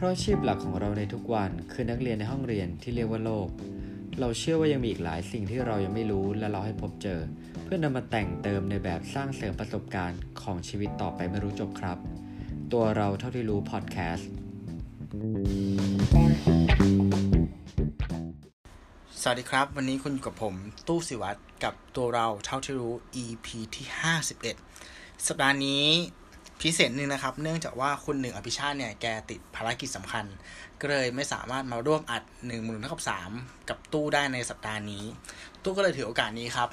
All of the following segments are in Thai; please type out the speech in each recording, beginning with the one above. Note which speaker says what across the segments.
Speaker 1: ราะอาชีพหลักของเราในทุกวันคือนักเรียนในห้องเรียนที่เรียกว่าโลก เราเชื่อว่ายังมีอีกหลายสิ่งที่เรายังไม่รู้และเราให้พบเจอ เพื่อนำมาแต่งเติมในแบบสร้างเสริมประสบการณ์ของชีวิตต่อไปไม่รู้จบครับ ตัวเราเท่าที่รู้พอดแคสต์
Speaker 2: สวัสดีครับ วันนี้คุณอยู่กับผม ตู้สิวัตรกับตัวเราเท่าที่รู้ EP ที่51 สัปดาห์นี้พิเศษหนึ่งนะครับ เนื่องจากว่าคุณหนึ่งอภิชาติเนี่ยแกติดภารกิจสำคัญ ก็เลยไม่สามารถมาร่วมอัด1นึ่งหมื่นเท่ากับสามกับตู้ได้ในสัปดาห์นี้ ตู้ก็เลยถือโอกาสนี้ครับ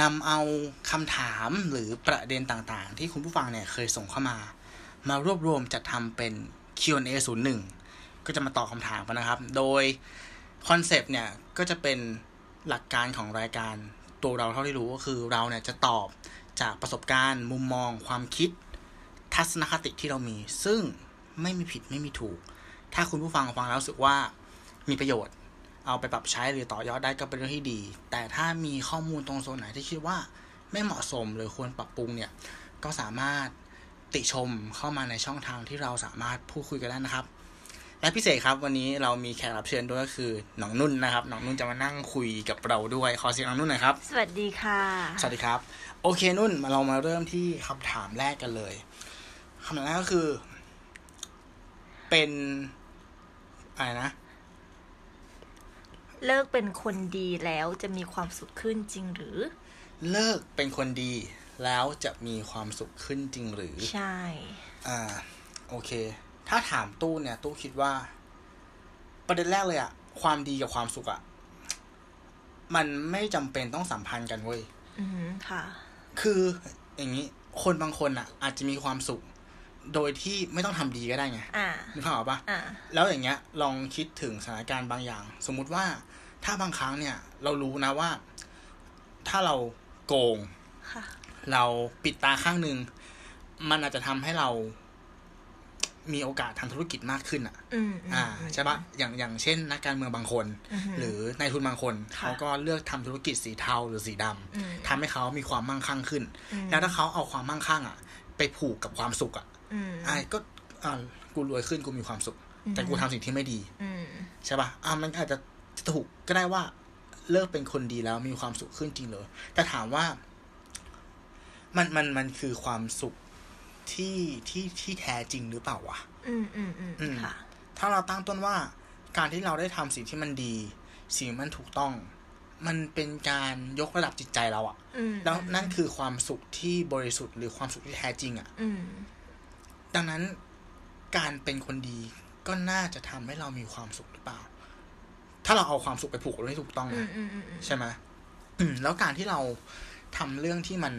Speaker 2: นำเอาคำถามหรือประเด็นต่างๆ ที่คุณผู้ฟังเนี่ยเคยส่งเข้ามา มารวบรวมจัดทำเป็น Q&A 01 ก็จะมาตอบคำถามกันนะครับ โดย คอนเซปต์เนี่ยก็จะเป็นหลักการของรายการตัวเราเท่าที่รู้ก็คือเราเนี่ยจะตอบจากประสบการณ์มุมมองความคิด ทัศนคติที่เรามี ซึ่งไม่มีผิดไม่มีถูก ถ้าคุณผู้ฟังฟังแล้วรู้สึกว่ามีประโยชน์ เอาไปปรับใช้หรือต่อยอดได้ก็เป็นเรื่องที่ดี แต่ถ้ามีข้อมูลตรงโซนไหนที่คิดว่าไม่เหมาะสมหรือควรปรับปรุงเนี่ยก็สามารถติชมเข้ามาในช่องทางที่เราสามารถพูดคุยกันได้นะครับ และพิเศษครับวันนี้เรามีแขกรับเชิญด้วยก็คือน้องนุ่นนะครับน้องนุ่นจะมานั่งคุยกับเราด้วยขอเสียงน้องนุ่นหน่อยครับ
Speaker 3: สวัสดีค่ะ
Speaker 2: สวัสดีครับ โอเคนุ่นมาเรามาเริ่มที่คำถามแรกกันเลยคำถามแรกก็คือ เป็นอะไรนะ
Speaker 3: เลิกเป็นคนดีแล้วจะมีความสุขขึ้นจริงหรือ
Speaker 2: เลิกเป็นคนดี แล้วจะมีความสุขขึ้นจริงหรือ
Speaker 3: ใช่
Speaker 2: อ่าโอเค ถ้าถามตู้เนี่ย ตู้คิดว่า ประเด็นแรกเลยอะความดีกับความสุขอะมันไม่จำเป็นต้องสัมพันธ์กันเว้ย
Speaker 3: อืมค่ะ
Speaker 2: คืออย่างนี้คนบางคนอะอาจจะมีความสุข โดยที่ไม่ต้องทำดีก็ได้ไง
Speaker 3: อ่า
Speaker 2: นึกภาพออกปะ
Speaker 3: อ่า
Speaker 2: แล้วอย่างเงี้ย ลองคิดถึงสถานการณ์บางอย่าง สมมุติว่าถ้าบางครั้งเนี่ย เรารู้นะว่า ถ้าเราโกง
Speaker 3: ค่ะ
Speaker 2: เราปิดตาข้างหนึ่ง มันอาจจะทำให้เรา มีโอกาสทางธุรกิจมากขึ้นอ่ะ
Speaker 3: อืมม
Speaker 2: อ่า
Speaker 3: อืม
Speaker 2: ใช่ปะอย่างอย่างเช่นนักการเมืองบางคน
Speaker 3: อือหือ
Speaker 2: หรือนายทุนบางคน
Speaker 3: ค่ะ
Speaker 2: เขาก็เลือกทำธุรกิจสีเทาหรือสีดำ
Speaker 3: อืม
Speaker 2: ทำให้เขามีความมั่งคั่งขึ้น
Speaker 3: อืม
Speaker 2: แล้วถ้าเขาเอาความมั่งคั่งอ่ะ ไปผูกกับความสุขอ่ะ
Speaker 3: อืม
Speaker 2: อ่าก็อ่ากูรวยขึ้นกูมีความสุข แต่กูทำสิ่งที่ไม่ดี
Speaker 3: อืม
Speaker 2: ใช่ปะอ่ะมันอาจจะถูกก็ได้ว่าเลิกเป็นคนดีแล้วมีความสุขขึ้นจริงเลยแต่ถามว่า มันมันมันคือความสุขที่ที่ที่แท้จริงหรือเปล่าวะ
Speaker 3: อืมอืมอืม
Speaker 2: อืม
Speaker 3: ค่ะ
Speaker 2: ถ้าเราตั้งต้นว่าการที่เราได้ทำสิ่งที่มันดี สิ่งมันถูกต้อง มันเป็นการยกระดับจิตใจเราอะ
Speaker 3: อืม
Speaker 2: แล้วนั่นคือความสุขที่บริสุทธิ์หรือความสุขที่แท้จริงอะ
Speaker 3: อืม
Speaker 2: ดังนั้นการเป็นคนดีก็น่าจะทำให้เรามีความสุขหรือเปล่า ถ้าเราเอาความสุขไปผูกกับเรื่องที่ถูกต้อง
Speaker 3: อืม
Speaker 2: นะ
Speaker 3: อืมอืมอืม
Speaker 2: ใช่ไหมอืมแล้วการที่เราทำเรื่องที่มัน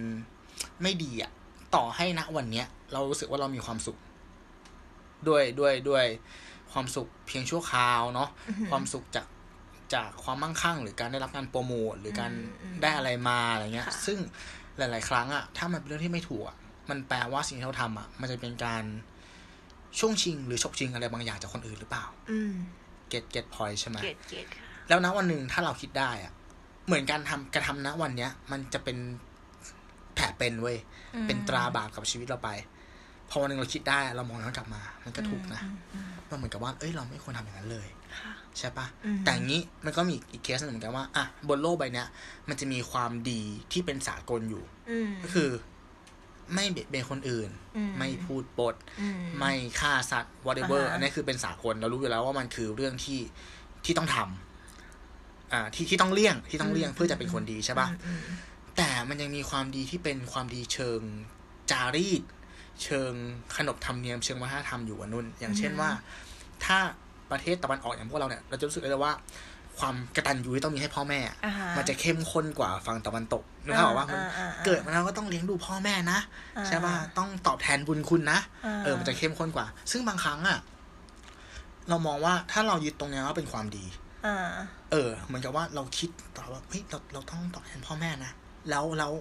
Speaker 2: ไม่ดีอะต่อให้ณวันเนี้ย เรารู้สึกว่าเรามีความสุข ด้วยด้วยด้วยความสุขเพียงชั่วคราวเนาะความสุขจากจากความมั่งคั่ง หรือการได้รับการโปรโมทหรือการได้อะไรมาอะไรเงี้ย ซึ่งหลาย ๆ ครั้งอะถ้ามันเป็นเรื่องที่ไม่ถูกอะมันแปลว่าสิ่งที่เราทำอะมันจะเป็นการช่วงชิง หรือฉกชิงอะไรบางอย่างจากคนอื่นหรือเปล่า
Speaker 3: อืม
Speaker 2: เก็ตเก็ตพอยใช่ไหม
Speaker 3: เกลียดเกลียดค่ะ
Speaker 2: แล้วนะวันหนึ่งถ้าเราคิดได้อะเหมือนการทำการะทำนะวันเนี้ย มันจะเป็นแผลเป็นเว้ย
Speaker 3: อืม
Speaker 2: เป็นตราบาปกับชีวิตเราไป พอวันหนึ่งเราคิดได้เรามองย้อนกลับมา มันก็ถูกนะมันเหมือนกับว่าเอ้ยเราไม่ควรทำอย่างนั้นเลย
Speaker 3: ค่ะ
Speaker 2: ใช่ปะ
Speaker 3: อืม
Speaker 2: แต่อย่างนี้มันก็มีอีกเคสหนึ่งเหมือนกันว่าอ่ะบนโลกใบเนี้ยมันจะมีความดีที่เป็นสากลอยู่
Speaker 3: อืม
Speaker 2: ก็คือ ไม่เบียดเบียนคนอื่น
Speaker 3: อืม
Speaker 2: ไม่พูดปด
Speaker 3: อืม
Speaker 2: ไม่ฆ่าสัตว์ whatever
Speaker 3: อ่าฮะ
Speaker 2: อันนี้คือเป็นสากลเรารู้อยู่แล้วว่ามันคือเรื่องที่ที่ต้องทำอ่าที่ที่ต้องเลี่ยงที่ต้องเลี่ยงเพื่อจะเป็นคนดีใช่ปะแต่มันยังมีความดีที่เป็นความดีเชิงจารีต เชิงขนบธรรมเนียมเชิงวัฒนธรรมอยู่อะนุ่น อย่างเช่นว่า ถ้าประเทศตะวันออกอย่างพวกเราเนี่ยเราจะรู้สึกได้เลยว่า ความกระตันยูที่ต้องมีให้พ่อแม่อะ
Speaker 3: อ่าฮะ
Speaker 2: มันจะเข้มข้นกว่าฝั่งตะวันตกนึกภาพออกว่า
Speaker 3: อ่าอ่าอ่า
Speaker 2: เกิดมาแล้วก็ต้องเลี้ยงดูพ่อแม่นะใช่ป่ะ
Speaker 3: อ่า
Speaker 2: ต้องตอบแทนบุญคุณนะ
Speaker 3: อ่า
Speaker 2: เออ มันจะเข้มข้นกว่า ซึ่งบางครั้งอะเรามองว่าถ้าเรายึดตรงเนี้ยว่าเป็นความดี
Speaker 3: อ่า
Speaker 2: เออ เหมือนกับว่าเราคิดต่อว่าเฮ้ยเราเราต้องตอบแทนพ่อแม่นะ แล้วแล้ว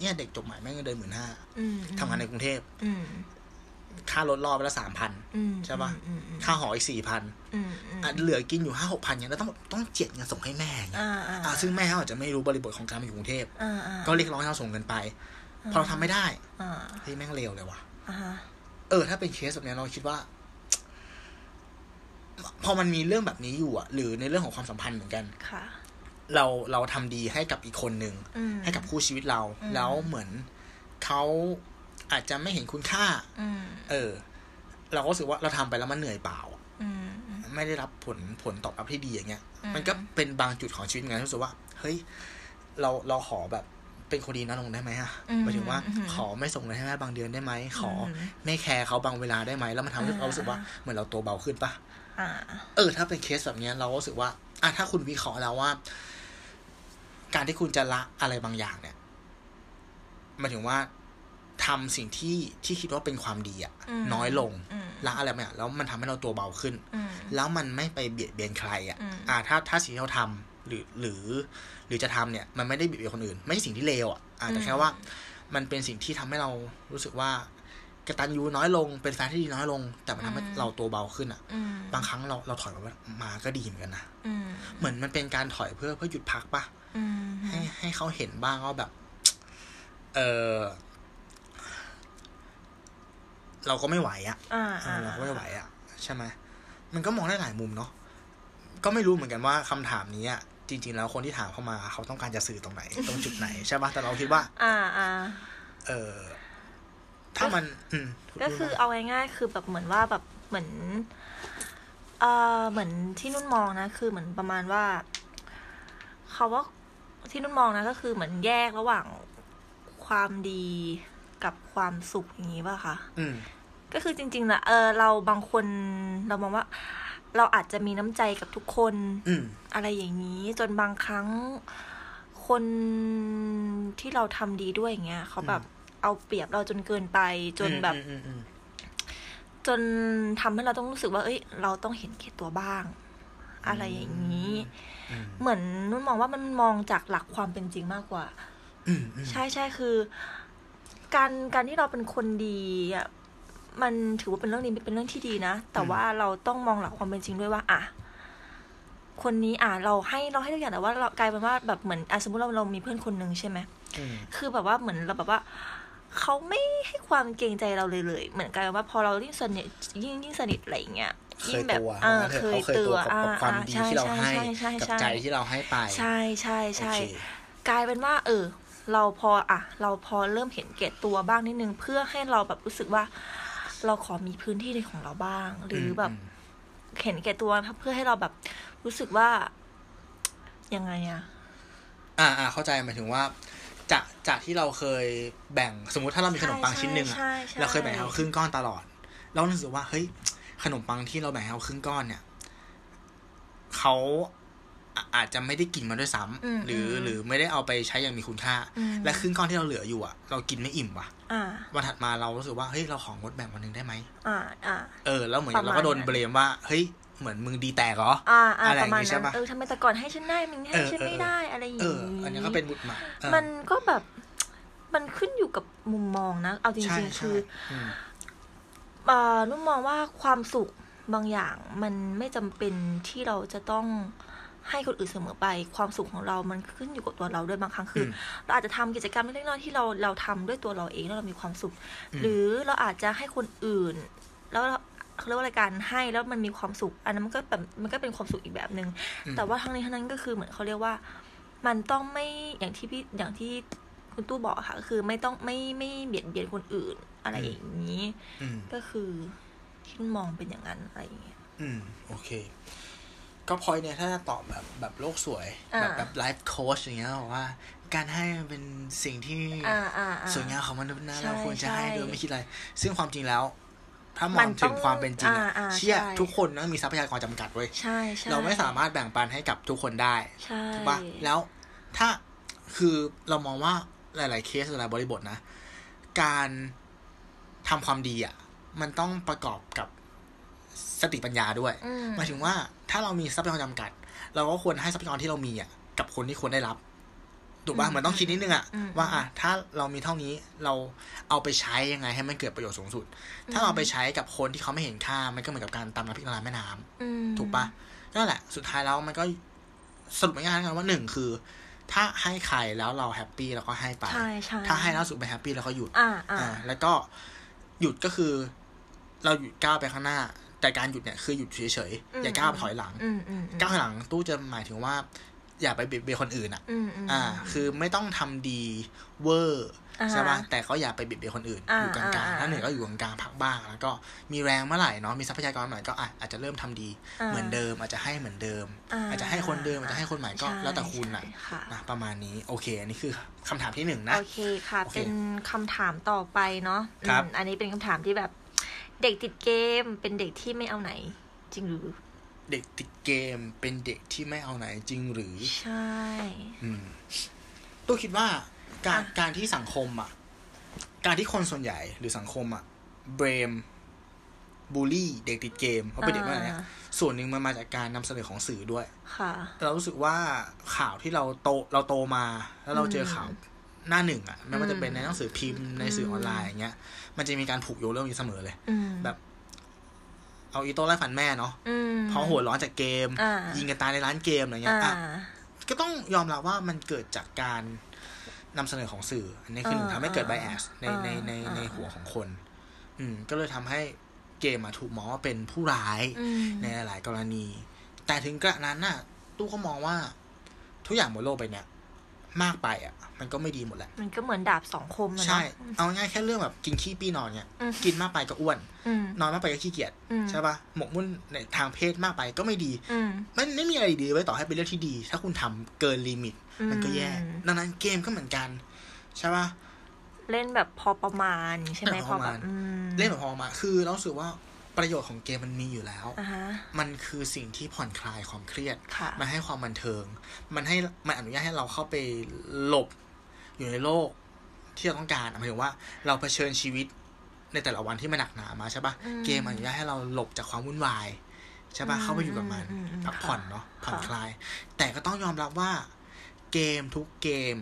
Speaker 2: เนี่ยเด็กจบใหม่แม่งเงินเดือนหมื่นห้า
Speaker 3: อืม
Speaker 2: ทำงานในกรุงเทพ
Speaker 3: อืม
Speaker 2: ค่ารถรอบไปละสามพัน
Speaker 3: อืม
Speaker 2: ใช่ปะ
Speaker 3: อืมอืม
Speaker 2: ค่าหออีกสี่พัน
Speaker 3: อืมอืม
Speaker 2: อ่ะเหลือกินอยู่ห้าหกพันเนี่ยแล้วต้องต้องเจียดเงินส่งให้แม่เนี่ย
Speaker 3: อ่าอ่า
Speaker 2: อ่ะซึ่งแม่เขาอาจจะไม่รู้บริบทของการมาอยู่กรุงเทพ
Speaker 3: อ่าอ่า
Speaker 2: ก็เรียกร้องให้เราส่งเงินไป พอเราทำไม่ได้
Speaker 3: อ่า
Speaker 2: เฮ้ยแม่งเลวเลยว่ะ
Speaker 3: อ่าฮะ
Speaker 2: เออถ้าเป็นเคสแบบเนี้ยเราคิดว่า พอมันมีเรื่องแบบนี้อยู่อะหรือในเรื่องของความสัมพันธ์เหมือนกัน
Speaker 3: ค่ะ
Speaker 2: เราเราทำดีให้กับอีกคนหนึ่ง
Speaker 3: อืม
Speaker 2: ให้กับคู่ชีวิตเรา
Speaker 3: อืม
Speaker 2: แล้วเหมือนเขาอาจจะไม่เห็นคุณค่า
Speaker 3: อืม
Speaker 2: เออ เราก็รู้สึกว่าเราทำไปแล้วมันเหนื่อยเปล่า
Speaker 3: อืมอืม
Speaker 2: ไม่ได้รับผลผลตอบรับที่ดีอย่างเงี้ย
Speaker 3: อืม
Speaker 2: มันก็เป็นบางจุดของชีวิตเหมือนกันที่รู้สึกว่า เฮ้ย เราเราขอแบบเป็นคนดีน้อยลงได้ไหมอะหมายถึงว่า ขอไม่ส่งเงินให้แม่บางเดือนได้ไหม ขอไม่แคร์เขาบางเวลาได้ไหม แล้วมันทำให้เรารู้สึกว่าเหมือนเราตัวเบาขึ้นปะ
Speaker 3: อ่า
Speaker 2: เออถ้าเป็นเคสแบบเนี้ยเราก็รู้สึกว่าอ่ะถ้าคุณวิเคราะห์แล้วว่า การที่คุณจะละอะไรบางอย่างเนี่ยหมายถึงว่าทำสิ่งที่ที่คิดว่าเป็นความดีอะ
Speaker 3: อืม
Speaker 2: น้อยลง
Speaker 3: อืม
Speaker 2: ละอะไรบางอย่างแล้วมันทำให้เราตัวเบาขึ้น
Speaker 3: อืม
Speaker 2: แล้วมันไม่ไปเบียดเบียนใครอะ
Speaker 3: อืม
Speaker 2: อ่ะถ้าถ้าสิ่งที่เราทำหรือหรือ หรือจะทำเนี่ย มันไม่ได้เบียดเบียนคนอื่น ไม่ใช่สิ่งที่เลวอะอ่ะแต่แค่ว่า มันเป็นสิ่งที่ทำให้เรารู้สึกว่ากตัญญูน้อยลง เป็นแฟนที่ดีน้อยลง แต่มันทำให้เราตัวเบาขึ้นอะ
Speaker 3: อืม
Speaker 2: บางครั้งเราเราถอยมามาก็ดีเหมือนกันนะ
Speaker 3: อืม
Speaker 2: เหมือนมันเป็นการถอยเพื่อเพื่อหยุดพักปะ
Speaker 3: อืม
Speaker 2: ให้ให้เขาเห็นบ้างว่าแบบ เออเราก็ไม่ไหวอะ่ะ
Speaker 3: อ่า
Speaker 2: เอ
Speaker 3: อ่า
Speaker 2: อเราก็ไม่ไหวอะ่ะ ใช่ไหมมันก็มองได้หลายมุมเนาะก็ไม่รู้เหมือนกันว่าคำถามนี้อะจริง ๆ แล้วคนที่ถามเข้ามาเขาต้องการจะสื่อตรง ไหน ตรงจุดไหนใช่ปะแต่เราคิดว่า
Speaker 3: อ่าอ่า
Speaker 2: เออถ้ามัน อืม
Speaker 3: ก็คือเอาง่ายๆ คือแบบเหมือนว่าแบบเหมือน เออเหมือนที่นุ่นมองนะ คือเหมือนประมาณว่าเขาว่าที่นุ่นมองนะ ก็คือเหมือนแยกระหว่างความดีกับความสุขอย่างนี้ป่ะคะ
Speaker 2: อืม
Speaker 3: ก็คือจริงๆนะเออเราบางคนเรามองว่า เราอาจจะมีน้ำใจกับทุกคน
Speaker 2: อืม
Speaker 3: อะไรอย่างนี้จนบางครั้งคนที่เราทำดีด้วยอย่างเงี้ยเขาแบบเอาเปรียบเราจนเกินไปจนแบบ
Speaker 2: อืมอืมอืม
Speaker 3: จนทำให้เราต้องรู้สึกว่า เอ้ย เราต้องเห็นแก่ตัวบ้าง อะไรอย่างนี้
Speaker 2: อืม
Speaker 3: เหมือนนุ่นมองว่ามันมองจากหลักความเป็นจริงมากกว่า
Speaker 2: อืมอืม
Speaker 3: ใช่ใช่คือ การการที่เราเป็นคนดีอะมันถือว่าเป็นเรื่องดีเป็นเรื่องที่ดีนะ แต่
Speaker 2: อืม
Speaker 3: ว่าเราต้องมองหลักความเป็นจริงด้วยว่า อ่ะ คนนี้อ่ะเราให้เราให้ทุกอย่างแต่ว่าเรากลายเป็นว่าแบบเหมือนอ่ะสมมติเราเรามีเพื่อนคนหนึ่งใช่ไหม
Speaker 2: อืม
Speaker 3: คือแบบว่าเหมือนเราแบบว่าเขาไม่ให้ความเกรงใจเราเลยเลย เหมือนกันว่าพอเรายิ่งสนิทยิ่งยิ่งสนิทอะไรอย่างเงี้ย
Speaker 2: เค
Speaker 3: ยิ่
Speaker 2: ย
Speaker 3: งแบบ
Speaker 2: ตัว
Speaker 3: เออ
Speaker 2: ว่างั้น
Speaker 3: เค
Speaker 2: ถ
Speaker 3: ย
Speaker 2: อะขา
Speaker 3: ตัวอ่า
Speaker 2: กับความดี
Speaker 3: ใช่
Speaker 2: ที่เราให้
Speaker 3: ใช่
Speaker 2: กับ
Speaker 3: ช่
Speaker 2: ใจที่เราให้ไป
Speaker 3: ใช่ใช่
Speaker 2: โอ
Speaker 3: ใช่
Speaker 2: เค
Speaker 3: กลายเป็นว่า เออ เราพออ่ะ เราพอเริ่มเห็นแก่ตัวบ้างนิดนึงเพื่อให้เราแบบรู้สึกว่า เราขอมีพื้นที่ในของเราบ้าง หรืออแบบ เห็นแก่ตัวเพื่อให้เราแบบรู้สึกว่ายังไงอะ
Speaker 2: อ่าอ่าเข้าใจหมายถึงว่า จากจากที่เราเคยแบ่งสมมติถ้าเรามีขนมปังชิ้นหนึ่งอะ
Speaker 3: ใช่ใช่ใช่
Speaker 2: เราเคยแบ่งให้เขาครึ่งก้อนตลอด เรารู้สึกว่าเฮ้ยขนมปังที่เราแบ่งให้เขาครึ่งก้อนเนี่ยเขาอ่ะอาจจะไม่ได้กินมาด้วยซ้ำ
Speaker 3: อืม
Speaker 2: หรือ
Speaker 3: อืม
Speaker 2: หรือไม่ได้เอาไปใช้อย่างมีคุณค่า
Speaker 3: อืม
Speaker 2: และครึ่งก้อนที่เราเหลืออยู่อะเรากินไม่อิ่มว่ะ
Speaker 3: อ่า
Speaker 2: วันถัดมาเรารู้สึกว่าเฮ้ยเราของดแบ่งวันหนึ่งได้ไหม
Speaker 3: อ่าอ่า
Speaker 2: เออแล้วเหมือน
Speaker 3: ประมาณ
Speaker 2: เราก็โดน
Speaker 3: นั้น
Speaker 2: เบลมว่า เฮ้ย เหมือนมึงดีแตกเหรอ
Speaker 3: อ่าอ่า
Speaker 2: อะไรอ
Speaker 3: ป
Speaker 2: ย่าง
Speaker 3: ระมาณ
Speaker 2: งี้ใช่
Speaker 3: นั้น
Speaker 2: ปะ
Speaker 3: เออทำไมแต่ก่อนให้ฉันได้มึงให้
Speaker 2: เออ
Speaker 3: ฉัน
Speaker 2: เออ
Speaker 3: ไม่ได้อะไรอย่าง
Speaker 2: เอ
Speaker 3: งี้
Speaker 2: อ อันนี้ก็เป็นบุตรหมาเออ
Speaker 3: มันก็แบบ มันขึ้นอยู่กับมุมมองนะ เอาจ
Speaker 2: ใช่
Speaker 3: ริง ๆ
Speaker 2: ใช่
Speaker 3: คือ
Speaker 2: ม
Speaker 3: เอ่อนุ่มมองว่าความสุขบางอย่าง มันไม่จำเป็นที่เราจะต้องให้คนอื่นเสมอไป ความสุขของเรามันขึ้นอยู่กับตัวเราด้วยบางครั้งคืออเราอาจจะทำกิจกรรมเล็กๆน้อยๆที่เราเราทำด้วยตัวเราเองแล้วเรามีความสุข หรือเราอาจจะให้คนอื่น แล้วเราเขาเรียกว่าอะไรการให้แล้วมันมีความสุข อันนั้นมันก็แบบมันก็เป็นความสุขอีกแบบหนึ่ง
Speaker 2: อืม
Speaker 3: แต่ว่าทั้งนี้ทั้งนั้นก็คือเหมือนเขาเรียกว่า มันต้องไม่อย่างที่พี่อย่างที่คุณตู้บอกอะค่ะก็คือไม่ต้องไม่ไม่เบียดเบียนคนอื่น อะไรอย่างนี้
Speaker 2: อืม
Speaker 3: ก็คือที่มองเป็นอย่างนั้นอะไรอย่างเงี้ย
Speaker 2: อืมโอเค ก็พอยเนี่ย ถ้าจะตอบแบบแบบโลกสวย
Speaker 3: อ่า
Speaker 2: แบบแบบไลฟ์โค้ชอย่างเงี้ยบอกว่า การให้มันเป็นสิ่งที่
Speaker 3: อ่าอ่าอ่า
Speaker 2: สวยงามของมนุษย์นะ
Speaker 3: ใช่
Speaker 2: เราควรจะให้
Speaker 3: ใช่
Speaker 2: โดยไม่คิดอะไร ซึ่งความจริงแล้ว ถ้าม
Speaker 3: มั
Speaker 2: อง
Speaker 3: น
Speaker 2: ถึง
Speaker 3: ต้อง
Speaker 2: ความเป็นจริงอะ
Speaker 3: อ่าอ่า
Speaker 2: เชี่ย
Speaker 3: ใช่
Speaker 2: ทุกคนต้องมีทรัพยากรจำกัดเว้ย
Speaker 3: ใช่ใช่
Speaker 2: เราไม่สามารถแบ่งปันให้กับทุกคนได้
Speaker 3: ใช่
Speaker 2: ถูกปะแล้วถ้าคือเรามองว่าหลาย ๆ เคสหลายๆบริบทนะ การทำความดีอ่ะ มันต้องประกอบกับสติปัญญาด้วย
Speaker 3: อืม
Speaker 2: หมายถึงว่าถ้าเรามีทรัพยากรจำกัด เราก็ควรให้ทรัพยากรที่เรามีอ่ะกับคนที่ควรได้รับถูกปะเหมือนต้องคิดนิดนึงอ่ะว่าอ่ะถ้าเรามีเท่านี้เราเอาไปใช้ยังไงให้มันเกิดประโยชน์สูงสุด ถ้าเราเอาไปใช้กับคนที่เขาไม่เห็นค่ามันก็เหมือนกับการตำน้ำพริกละลายแม่น้ำ
Speaker 3: อืม
Speaker 2: ถูกปะนั่นแหละ สุดท้ายแล้วมันก็สรุปง่ายๆกันว่าหนึ่งคือ ถ้าให้ใครแล้วเราแฮปปี้เราก็ให้ไป
Speaker 3: ใช่ใช่
Speaker 2: ถ้าให้แล้วรู้สุดไปแฮปปี้เราก็หยุด
Speaker 3: อ่าอ่า
Speaker 2: แล้วก็หยุดก็คือ เราหยุดก้าวไปข้างหน้า แต่การหยุดเนี่ยคือหยุดเฉย
Speaker 3: อื
Speaker 2: ๆ
Speaker 3: ม
Speaker 2: อย่าก้าวถอยหลัง
Speaker 3: อืมอืมอืม
Speaker 2: ก้าวถอยหลังตู้จะหมายถึงว่า อย่าไปเบียดเบียนคนอื่นอ่ะ
Speaker 3: อืมอืม
Speaker 2: อ่า คือไม่ต้องทำดีเวอร์
Speaker 3: อ่าฮะ
Speaker 2: ใช่ปะแต่ก็อย่าไปเบียดเบียนคนอื่น
Speaker 3: อ่า
Speaker 2: อยู่กลาง
Speaker 3: อ่า
Speaker 2: ๆ
Speaker 3: อ่า
Speaker 2: ถ้าเหนื่อยก็อยู่กลางๆพักบ้างแล้วก็มีแรงเมื่อไหร่เนาะมีทรัพยากรเมื่อไหร่ก็อ่ะอาจจะเริ่มทำดี
Speaker 3: อ่า
Speaker 2: เหมือนเดิม อาจจะให้เหมือนเดิม
Speaker 3: อ่า
Speaker 2: อาจจะให้คนเดิมอาจจะให้คนใหม่ก็
Speaker 3: ใช่
Speaker 2: แล้วแต่คุณอ่ะ
Speaker 3: ใช่ค่ะ
Speaker 2: นะประมาณนี้โอเคอันนี้คือคำถามที่หนึ่งนะ
Speaker 3: โอเคค่ะ
Speaker 2: โอเค
Speaker 3: เป็นคำถามต่อไปเนาะ
Speaker 2: ครับ
Speaker 3: อืมอันนี้เป็นคำถามที่แบบ เด็กติดเกมเป็นเด็กที่ไม่เอาไหน จริงหรือ
Speaker 2: เด็กติดเกมเป็นเด็กที่ไม่เอาไหนจริงหรือ
Speaker 3: ใช่
Speaker 2: อืมตู้คิดว่าการ
Speaker 3: อ่ะ
Speaker 2: การที่สังคมอ่ะ การที่คนส่วนใหญ่หรือสังคมอ่ะเบรมบูลลี่เด็กติดเกมเพราะเป็นเด็กว่าอะไรเนี่ยส่วนหนึ่งมันมาจากการนำเสนอของสื่อด้วย
Speaker 3: ค่ะ
Speaker 2: เรารู้สึกว่าข่าวที่เราโตเราโตมา แล้วเราเจอข่าวหน้าหนึ่งอ่ะไม่ว่าจะเป็นในหนังสือพิมพ์ในสื่อออนไลน์อย่างเงี้ยมันจะมีการผูกโยงเรื่องนี้เสมอเลย
Speaker 3: อืม
Speaker 2: แบบ เอาอีโต้ไล่ฟันแม่เนาะ
Speaker 3: อืม
Speaker 2: เพราะหัวร้อนจากเกม
Speaker 3: อ่ายิ
Speaker 2: ยิงกันตายในร้านเกมอะไรเงี้
Speaker 3: อ่า
Speaker 2: ยอ่ะ ก็ต้องยอมรับว่ามันเกิดจากการนำเสนอของสื่อ อันนี้คือหนึ่ง
Speaker 3: อ่า
Speaker 2: ทำให้เกิด
Speaker 3: อ่า
Speaker 2: bias ใน
Speaker 3: อ่า
Speaker 2: ในใน
Speaker 3: อ่า
Speaker 2: ในหัวของคน อืม ก็เลยทำให้เกมมาถูกมองว่าเป็นผู้ร้าย
Speaker 3: อืม
Speaker 2: ในหลาย ๆ กรณี แต่ถึงกระนั้นน่ะ ตู้ก็มองว่าทุกอย่างบนโลกไปเนี่ย มากไปอ่ะ มันก็ไม่ดีหมดแหละ
Speaker 3: มันก็เหมือนดาบสองคมอะเนอะ
Speaker 2: ใช่ เอาง่ายๆแค่เรื่องแบบกินขี้ปี้นอนเนี่ย
Speaker 3: อืม
Speaker 2: กินมากไปก็อ้วน
Speaker 3: อืม
Speaker 2: นอนมากไปก็ขี้เกียจ
Speaker 3: อืม
Speaker 2: ใช่ปะหมกมุ่นในทางเพศมากไปก็ไม่ดี
Speaker 3: อืม
Speaker 2: มันไม่มีอะไรดีไว้ต่อให้เป็นเรื่องที่ดี ถ้าคุณทำเกินลิมิต
Speaker 3: อืม
Speaker 2: มันก็แย่ ดังนั้นเกมก็เหมือนกัน ใช่ป่ะ
Speaker 3: เล่นแบบพอประมาณใช่ไหม
Speaker 2: เล่น
Speaker 3: พ
Speaker 2: พ
Speaker 3: อ
Speaker 2: อประ
Speaker 3: แบ
Speaker 2: มา
Speaker 3: บ
Speaker 2: ณ
Speaker 3: อืม
Speaker 2: เล่นแบบพอมา คือเรารู้สึกว่าประโยชน์ของเกมมันมีอยู่แล้ว
Speaker 3: อ่าฮะ
Speaker 2: มันคือสิ่งที่ผ่อนคลายความเครียด
Speaker 3: ค่ะ
Speaker 2: มันให้ความบันเทิง มันให้มันอนุญาตให้เราเข้าไปหลบอยู่ในโลกที่เราต้องการหมายถึงว่าเราเผชิญชีวิตในแต่ละวันที่มันหนักหนามาใช่ปะ
Speaker 3: อืม
Speaker 2: เกมอนุญาตให้เราหลบจากความวุ่นวายใช่ปะ
Speaker 3: อืม
Speaker 2: เข้าไปอยู่กับมัน
Speaker 3: อืมอืม
Speaker 2: พัก
Speaker 3: ค่ะ
Speaker 2: ผ่อนเนาะผ่อน
Speaker 3: ค่ะ
Speaker 2: คลาย แต่ก็ต้องยอมรับว่า เกมทุกเกม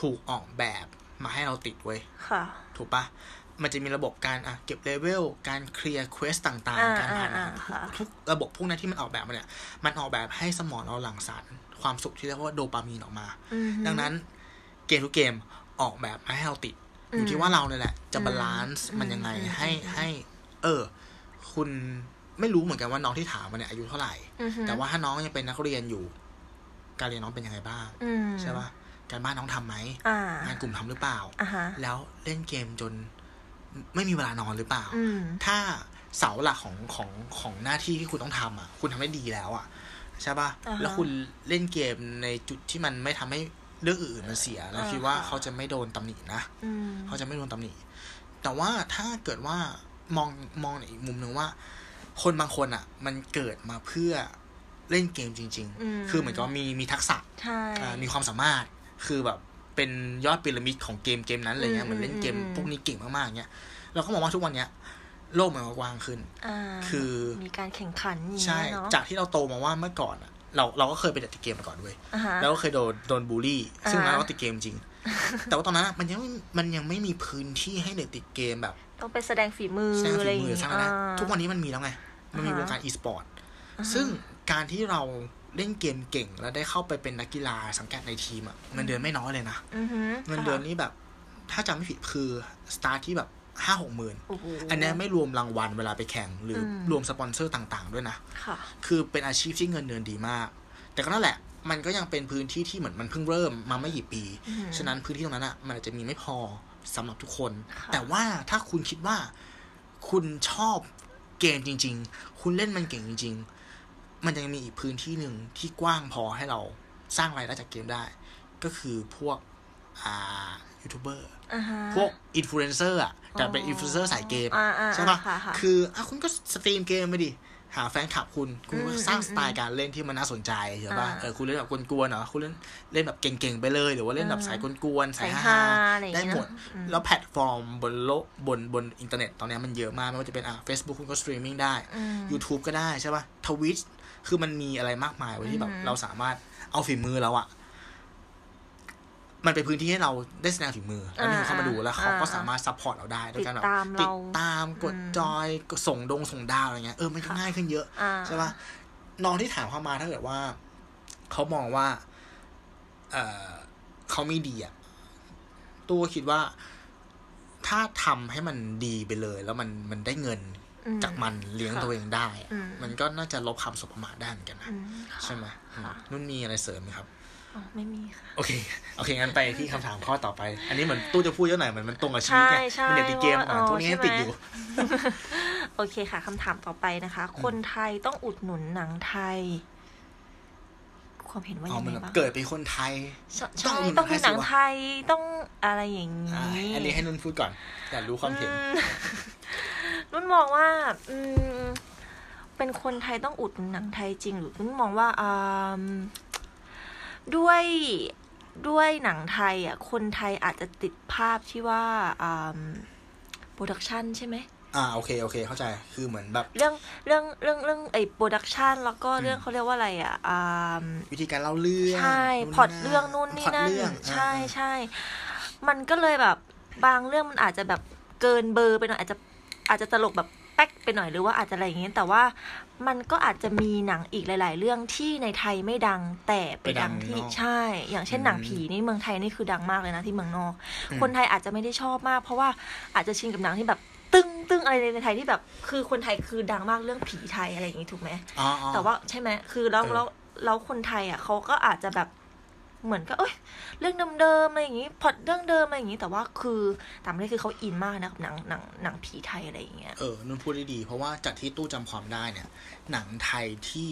Speaker 2: ถูกออกแบบมาให้เราติดเว้ย
Speaker 3: ค่ะ
Speaker 2: ถูกปะมันจะมีระบบการอ่ะเก็บเลเวล การเคลียร์เควสต่าง
Speaker 3: อ่า
Speaker 2: ๆ การผ่านด่า
Speaker 3: อ่า
Speaker 2: น
Speaker 3: อ่า
Speaker 2: ทุกทุกระบบพวกนั้นที่มันออกแบบมาเนี่ย มันออกแบบให้สมองเราหลั่งสารความสุขที่เรียกว่าโดปามีนออกมา
Speaker 3: อือฮึ
Speaker 2: ดังนั้นเกมทุกเกมออกแบบมาให้เราติดอ
Speaker 3: อืม
Speaker 2: ยู่ที่ว่าเราเนี่ยแหละ จะ
Speaker 3: อืม
Speaker 2: บาลานซ์มันยังไง
Speaker 3: อืม
Speaker 2: ให้ให้ เออ คุณไม่รู้เหมือนกันว่าน้องที่ถามมาเนี่ยอายุเท่าไหร่
Speaker 3: อือฮึ
Speaker 2: แต่ว่าถ้าน้องยังเป็นนักเรียนอยู่ การเรียนน้องเป็นยังไงบ้าง
Speaker 3: อืม
Speaker 2: ใช่ปะการบ้านน้องทำไหม
Speaker 3: อ่าง
Speaker 2: านกลุ่มทำหรือเปล่า
Speaker 3: อ่าฮะ
Speaker 2: แล้วเล่นเกมจนไม่มีเวลานอนหรือเปล่า
Speaker 3: อืม
Speaker 2: ถ้าเสาหลักของของของหน้าที่ที่คุณต้องทำอ่ะ คุณทำได้ดีแล้วอ่ะ ใช่ป่ะ
Speaker 3: อ่าฮะ
Speaker 2: แล้วคุณเล่นเกมในจุดที่มันไม่ทำให้เรื่องอื่นมันเสีย แล้ว
Speaker 3: อ่า
Speaker 2: คิดว่า
Speaker 3: ค่ะ
Speaker 2: เขาจะไม่โดนตำหนินะ
Speaker 3: อืม
Speaker 2: เขาจะไม่โดนตำหนิ แต่ว่าถ้าเกิดว่ามองมองในอีกมุมหนึ่งว่า คนบางคนอ่ะ มันเกิดมาเพื่อเล่นเกมจริง
Speaker 3: อืม
Speaker 2: ๆ คือเหมือนกับมีมีทักษะ
Speaker 3: ใช่
Speaker 2: อ่ามีความสามารถคือแบบเป็นยอดพีระมิดของเกมเกมนั้นอะไรเงี้ยเหมือนเล่นเกมพวกนี้เก่งมากๆอย่างเงี้ยเราก็มองว่าทุกวันเนี้ยโลกมันกว้างขึ้น
Speaker 3: อ่า
Speaker 2: คือ
Speaker 3: มีการแข่งขันอย่าง
Speaker 2: ใช่
Speaker 3: เงี้ยเนาะ
Speaker 2: จากที่เราโตมาว่าเมื่อก่อนอะเราเราก็เคยเป็นเด็กติดเกมมาก่อนเว้ย
Speaker 3: อ่าฮะ
Speaker 2: แล้วก็เคยโดนโดนบูลลี่ ซึ่ง
Speaker 3: อ่า
Speaker 2: เราก็ติดเกมจริง แต่ว่าตอนนั้นอะมันยังไม่มันยังไม่มีพื้นที่ให้เด็กติดเกมแบบ
Speaker 3: ต้องไปแสดงฝีมือ
Speaker 2: แสดง
Speaker 3: อะไร
Speaker 2: ฝี
Speaker 3: อย่าง
Speaker 2: มือ
Speaker 3: เงี้ย
Speaker 2: สร้างรายได้
Speaker 3: อ่า
Speaker 2: ทุกวันนี้มันมีแล้วไงมันมีวง
Speaker 3: อ่าฮะ
Speaker 2: การอีสปอร์ตซึ่งการที่เราเล่นเกมเก่ง แล้วได้เข้าไปเป็นนักกีฬาสังกัดในทีมอะเงินเดือนไม่น้อยเลยนะ
Speaker 3: อือฮึ
Speaker 2: เงินเดือนนี่แบบ ถ้าจำไม่ผิดคือสตาร์ทที่แบบห้าหกหมื่น
Speaker 3: โอ้โห
Speaker 2: อันเนี้ยไม่รวมรางวัลเวลาไปแข่ง หรืออ
Speaker 3: ม
Speaker 2: รวมสปอนเซอร์ต่างๆด้วยนะ
Speaker 3: ค่ะ
Speaker 2: คือเป็นอาชีพที่เงินเดือนดีมาก แต่ก็นั่นแหละ มันก็ยังเป็นพื้นที่ที่เหมือนมันเพิ่งเริ่มมาไม่กี่ปี
Speaker 3: อืม
Speaker 2: ฉะนั้นพื้นที่ตรงนั้นอ่ะ มันอาจจะมีไม่พอสำหรับทุกคน
Speaker 3: ค่ะ
Speaker 2: แต่ว่าถ้าคุณคิดว่าคุณชอบเกมจริง ๆ คุณเล่นมันเก่งจริง ๆ มันยังมีอีกพื้นที่หนึ่งที่กว้างพอให้เราสร้างรายได้จากเกมได้ ก็คือพวกอ่ายูทูบเบอร์
Speaker 3: อ่าฮะ
Speaker 2: พวกอินฟลูเอนเซอร์อ่ะ แต่เป็น
Speaker 3: อ๋ออิ
Speaker 2: อินฟลูเอนเซอร์สายเกม
Speaker 3: อ่าอ่า
Speaker 2: ใช่ปะ
Speaker 3: อ่าค่ะ
Speaker 2: คืออ่ะคุณก็สตรีมเกมไปดิ หาแฟนคลับคุณ คุณก็
Speaker 3: อืม
Speaker 2: สร้างสไตล์การเล่นที่มันน่าสนใจใช่ปะ
Speaker 3: อ่า
Speaker 2: เออคุณเล่นแบบกวนๆเนาะคุณเล่นเล่นแบบเก่งๆไปเลย หรือว่าเล่นแบบสายกวนๆสาย
Speaker 3: สาย
Speaker 2: ฮา
Speaker 3: ฮาอะไรอย่างเงี้
Speaker 2: ได้
Speaker 3: ย
Speaker 2: หมด
Speaker 3: อืม
Speaker 2: แล้วแพลตฟอร์มบนโลกบนบนอินเทอร์เน็ตตอนเนี้ยมันเยอะมากไม่ว่าจะเป็นอ่ะ Facebook คุณก็สตรีมมิ่งได้
Speaker 3: อืม
Speaker 2: YouTube ก็ได้ใช่ปะทวิตคือมันมีอะไรมากมายไว้ที่แบบ
Speaker 3: อือหือ
Speaker 2: เราสามารถเอาฝีมือเราอะ มันเป็นพื้นที่ให้เราได้แสดงฝีมือ แล้วมีคนเข้ามาดูแล้วเขาก็
Speaker 3: อ่า
Speaker 2: สามารถซัพพอร์ตเราได้ด้วยการแบบ
Speaker 3: ติดตามเรา
Speaker 2: ติดตามกด
Speaker 3: อืม
Speaker 2: จอยกดส่งดงส่งดาวอะไรเงี้ยเออมันก็
Speaker 3: ค่ะ
Speaker 2: ง่ายขึ้นเยอะ
Speaker 3: อ่า
Speaker 2: ใช่ปะน้องที่ถามเข้ามาถ้าเกิดว่า เขามองว่า เออเขาไม่ดีอะตัวคิดว่า ถ้าทำให้มันดีไปเลย แล้วมันมันได้เงิน
Speaker 3: อืม
Speaker 2: จากมันเลี้ยง
Speaker 3: ค่ะ
Speaker 2: ตัวเองได้อะ
Speaker 3: อืม
Speaker 2: มันก็น่าจะลบคำสบประมาทได้เหมือนกันนะ
Speaker 3: อืมค่ะ
Speaker 2: ใช่ไหมอืมนุ่นมีอะไรเสริมไหมครับ
Speaker 3: อ๋อไม่มีค่ะ
Speaker 2: โอเค โอเค งั้นไปที่คำถามข้อต่อไป อันนี้เหมือนตู้จะพูดเยอะหน่อยเหมือนมันตรงกับชีวิตไง
Speaker 3: ใช่ใช่
Speaker 2: มันเด็กติดเกมอ่ะ
Speaker 3: เพราะว่า
Speaker 2: ตัวกนี้ยังติดอยู่
Speaker 3: ใช่ไหม โอเคค่ะคำถามต่อไปนะคะ คนไทยต้องอุดหนุนหนังไทย ความเห็นว่า
Speaker 2: อ๋อ
Speaker 3: ยัง
Speaker 2: มัน
Speaker 3: ไง
Speaker 2: แบบ
Speaker 3: บ้าง
Speaker 2: เกิดเป็นคนไทยต้อง
Speaker 3: ใช่ใช่
Speaker 2: อุดหนุน
Speaker 3: ต้องคือหนัง
Speaker 2: ใครสิวะ
Speaker 3: ไทยต้องอะไรอย่างนี้
Speaker 2: อ่าอันนี้ให้นุ่นพูดก่อนอยากรู้ความเห็น
Speaker 3: อืม นุ่นมองว่า อืม เป็นคนไทยต้องอุดหนุนหนังไทยจริง หรือนุ่นมองว่าอืมด้วยด้วยหนังไทย อ่ะ คนไทยอาจจะติดภาพที่ว่าอืมโปรดักชันใช่ไหม
Speaker 2: อ่า โอเค โอเค เข้าใจ คือเหมือนแบบ
Speaker 3: เรื่องเรื่องเรื่องเรื่องไอ้โปรดักชันแล้วก็เรื่อง
Speaker 2: อืม
Speaker 3: เขาเรียกว่าอะไรอ่ะอืม
Speaker 2: วิธีการเล่าเรื่อง
Speaker 3: ใช่
Speaker 2: นู่น
Speaker 3: พล็อตเรื่องนู่นนี่
Speaker 2: พล็อต
Speaker 3: นั่น
Speaker 2: เรื่อง
Speaker 3: ใช่
Speaker 2: อ่า
Speaker 3: ใช่มันก็เลยแบบบางเรื่องมันอาจจะแบบเกินเบอร์ไปหน่อยอาจจะอาจจะตลกแบบแป๊กไปหน่อยหรือว่าอาจจะอะไรอย่างเงี้ยแต่ว่ามันก็อาจจะมีหนังอีกหลาย ๆ เรื่องที่ในไทยไม่ดังแต่ไปดัง
Speaker 2: ไปดัง
Speaker 3: ที่
Speaker 2: นอก
Speaker 3: ใช่ อย่างเช่น
Speaker 2: อืม
Speaker 3: หนังผีนี่เมืองไทยนี่คือดังมากเลยนะที่เมืองนอก
Speaker 2: อืม
Speaker 3: คนไทยอาจจะไม่ได้ชอบมาก เพราะว่าอาจจะชินกับหนังที่แบบตึ้งตึ้งอะไรในไทยที่แบบ คือคนไทยคือดังมากเรื่องผีไทยอะไรอย่างงี้ถูกไหม
Speaker 2: อ๋ออ๋อ
Speaker 3: แต่ว่าใช่ไหม คือแล้ว
Speaker 2: เออ
Speaker 3: แล้วแล้วคนไทยอ่ะเขาก็อาจจะแบบเหมือนก็เอ้ยเรื่องเดิมๆอะไรอย่างงี้พล็อดเรื่องเดิมอะไรอย่างงี้ แต่ว่าคือต่างประเทศคือเขาอินมากนะกับหนังหนังหนังผีไทยอะไรอย่างเงี้ย
Speaker 2: เออนุ่นพูดได้ดี เพราะว่าจากที่ตู้จำความได้เนี่ย หนังไทยที่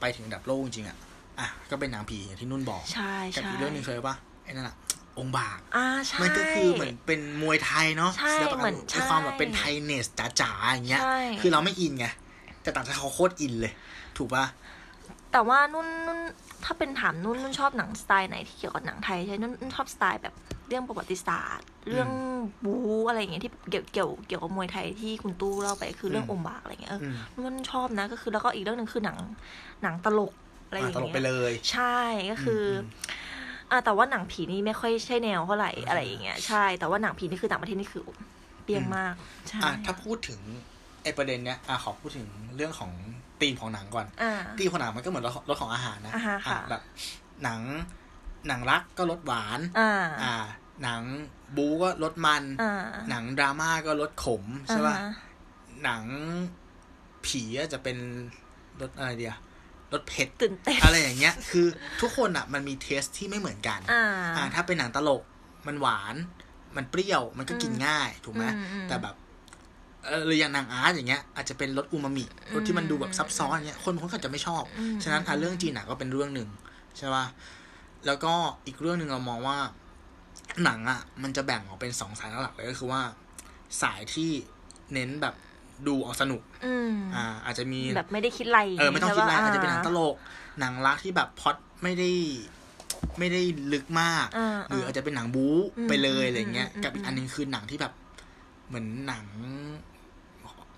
Speaker 2: ไปถึงระดับโลกจริงๆอ่ะ อ่ะ ก็เป็นหนังผีอย่างที่นุ่นบอก
Speaker 3: ใช่
Speaker 2: กับ
Speaker 3: ใช่
Speaker 2: อีกเรื่องหนึงเคยปะไอ้นั่นอ่ะ องค์บาก
Speaker 3: อ่าใช่
Speaker 2: มันก็คือเหมือนเป็นมวยไทยเนาะ
Speaker 3: ใช่
Speaker 2: ศิลปะ
Speaker 3: เหมือน
Speaker 2: มีความแบบเป็น
Speaker 3: ใช่
Speaker 2: ไทยเนสจ๋าๆอย่างเงี้ย
Speaker 3: ใช่
Speaker 2: คือเราไม่อินไง แต่ต่างชาติเขาโคตรอินเลย ถูกปะ
Speaker 3: แต่ว่านุ่นนุ่นถ้าเป็นถามนุ่นนุ่นชอบหนังสไตล์ไหนที่เกี่ยวกับหนังไทยใช่นุ่นนุ่นชอบสไตล์แบบเรื่องประวัติศาสตร์ เรื่องบูอะไรอย่างเงี้ยที่เกี่ยวเกี่ยวเกี่ยวกับมวยไทยที่คุณตู้เล่าไปคือเรื่อง
Speaker 2: อื
Speaker 3: อ
Speaker 2: ม
Speaker 3: มบากอะไรอย่างเงี้ยเออ
Speaker 2: อืม
Speaker 3: นุ่นชอบนะก็คือแล้วก็อีกเรื่องหนึ่งคือหนังหนังตลกอะไรอย่าง
Speaker 2: อ่ะตลกไป
Speaker 3: เงี้ย
Speaker 2: เลย
Speaker 3: ใช่ก็คือออ่าแต่ว่าหนังผีนี่ไม่ค่อยใช่แนวเท่าไหร่อะไรอย่างเงี้ยใช่แต่ว่าหนังผีนี่คือต่างประเทศนี่คือเปียงมากใช่
Speaker 2: อ่ะถ้าพูดถึงไอประเด็นเนี้ยอ่ะขอพูดถึงเรื่องของธีมของหนังก่อน
Speaker 3: อ่า
Speaker 2: ธีมของหนังมันก็เหมือนรสรสของอาหารนะ
Speaker 3: อ่าฮะ
Speaker 2: อ่ะ
Speaker 3: ค่ะ
Speaker 2: แบบหนังหนังรักก็รสหวาน
Speaker 3: อ่า
Speaker 2: อ่า หนังบู๊ก็รสมัน
Speaker 3: อ่า
Speaker 2: หนังดราม่าก็รสขมใช่ป่ะ
Speaker 3: อ่าฮ
Speaker 2: หนังผีอาจจะเป็นรสอะไรเดียวรสเผ็ด
Speaker 3: ตื่นเต้น
Speaker 2: อะไรอย่างเงี้ย คือทุกคนอ่ะ มันมีเทสที่ไม่เหมือนกัน
Speaker 3: อ่า
Speaker 2: อ่า ถ้าเป็นหนังตลก มันหวาน มันเปรี้ยว มันก็กิน
Speaker 3: อืม
Speaker 2: ง่าย ถูกไหม
Speaker 3: อืมอืม
Speaker 2: แต่แบบ เออหรืออย่างหนังอาร์ตอย่างเงี้ย อาจจะเป็นรสอูมามิ รสที่มันดูแบบซับซ้อนอย่างเงี้ย คนบางคนก็อาจจะไม่ชอบ
Speaker 3: อืม
Speaker 2: ฉะนั้นอ่ะเรื่องจีนหนังก็เป็นเรื่องหนึ่งใช่ป่ะ แล้วก็อีกเรื่องหนึ่งเรามองว่า หนังอ่ะ มันจะแบ่งออกเป็นสองสายหลักๆเลยก็คือว่า สายที่เน้นแบบดูเอาสนุก
Speaker 3: อืม
Speaker 2: อ่า อาจจะมี
Speaker 3: แบบไม่ได้คิดอะไร
Speaker 2: เออไม่ต้องคิดอะไร
Speaker 3: ใช่
Speaker 2: อาจจะเป็นหนังตลก หนังรักที่แบบพล็อตไม่ได้ไม่ได้ลึกมาก
Speaker 3: า
Speaker 2: หรืออา
Speaker 3: า
Speaker 2: จจะเป็นหนังบู๊
Speaker 3: อืม
Speaker 2: ไปเลย
Speaker 3: อืม
Speaker 2: อะไรเงี้ย
Speaker 3: อืม
Speaker 2: กับอีก
Speaker 3: อืม
Speaker 2: อันหนึงคือหนังที่แบบ เหมือนหนัง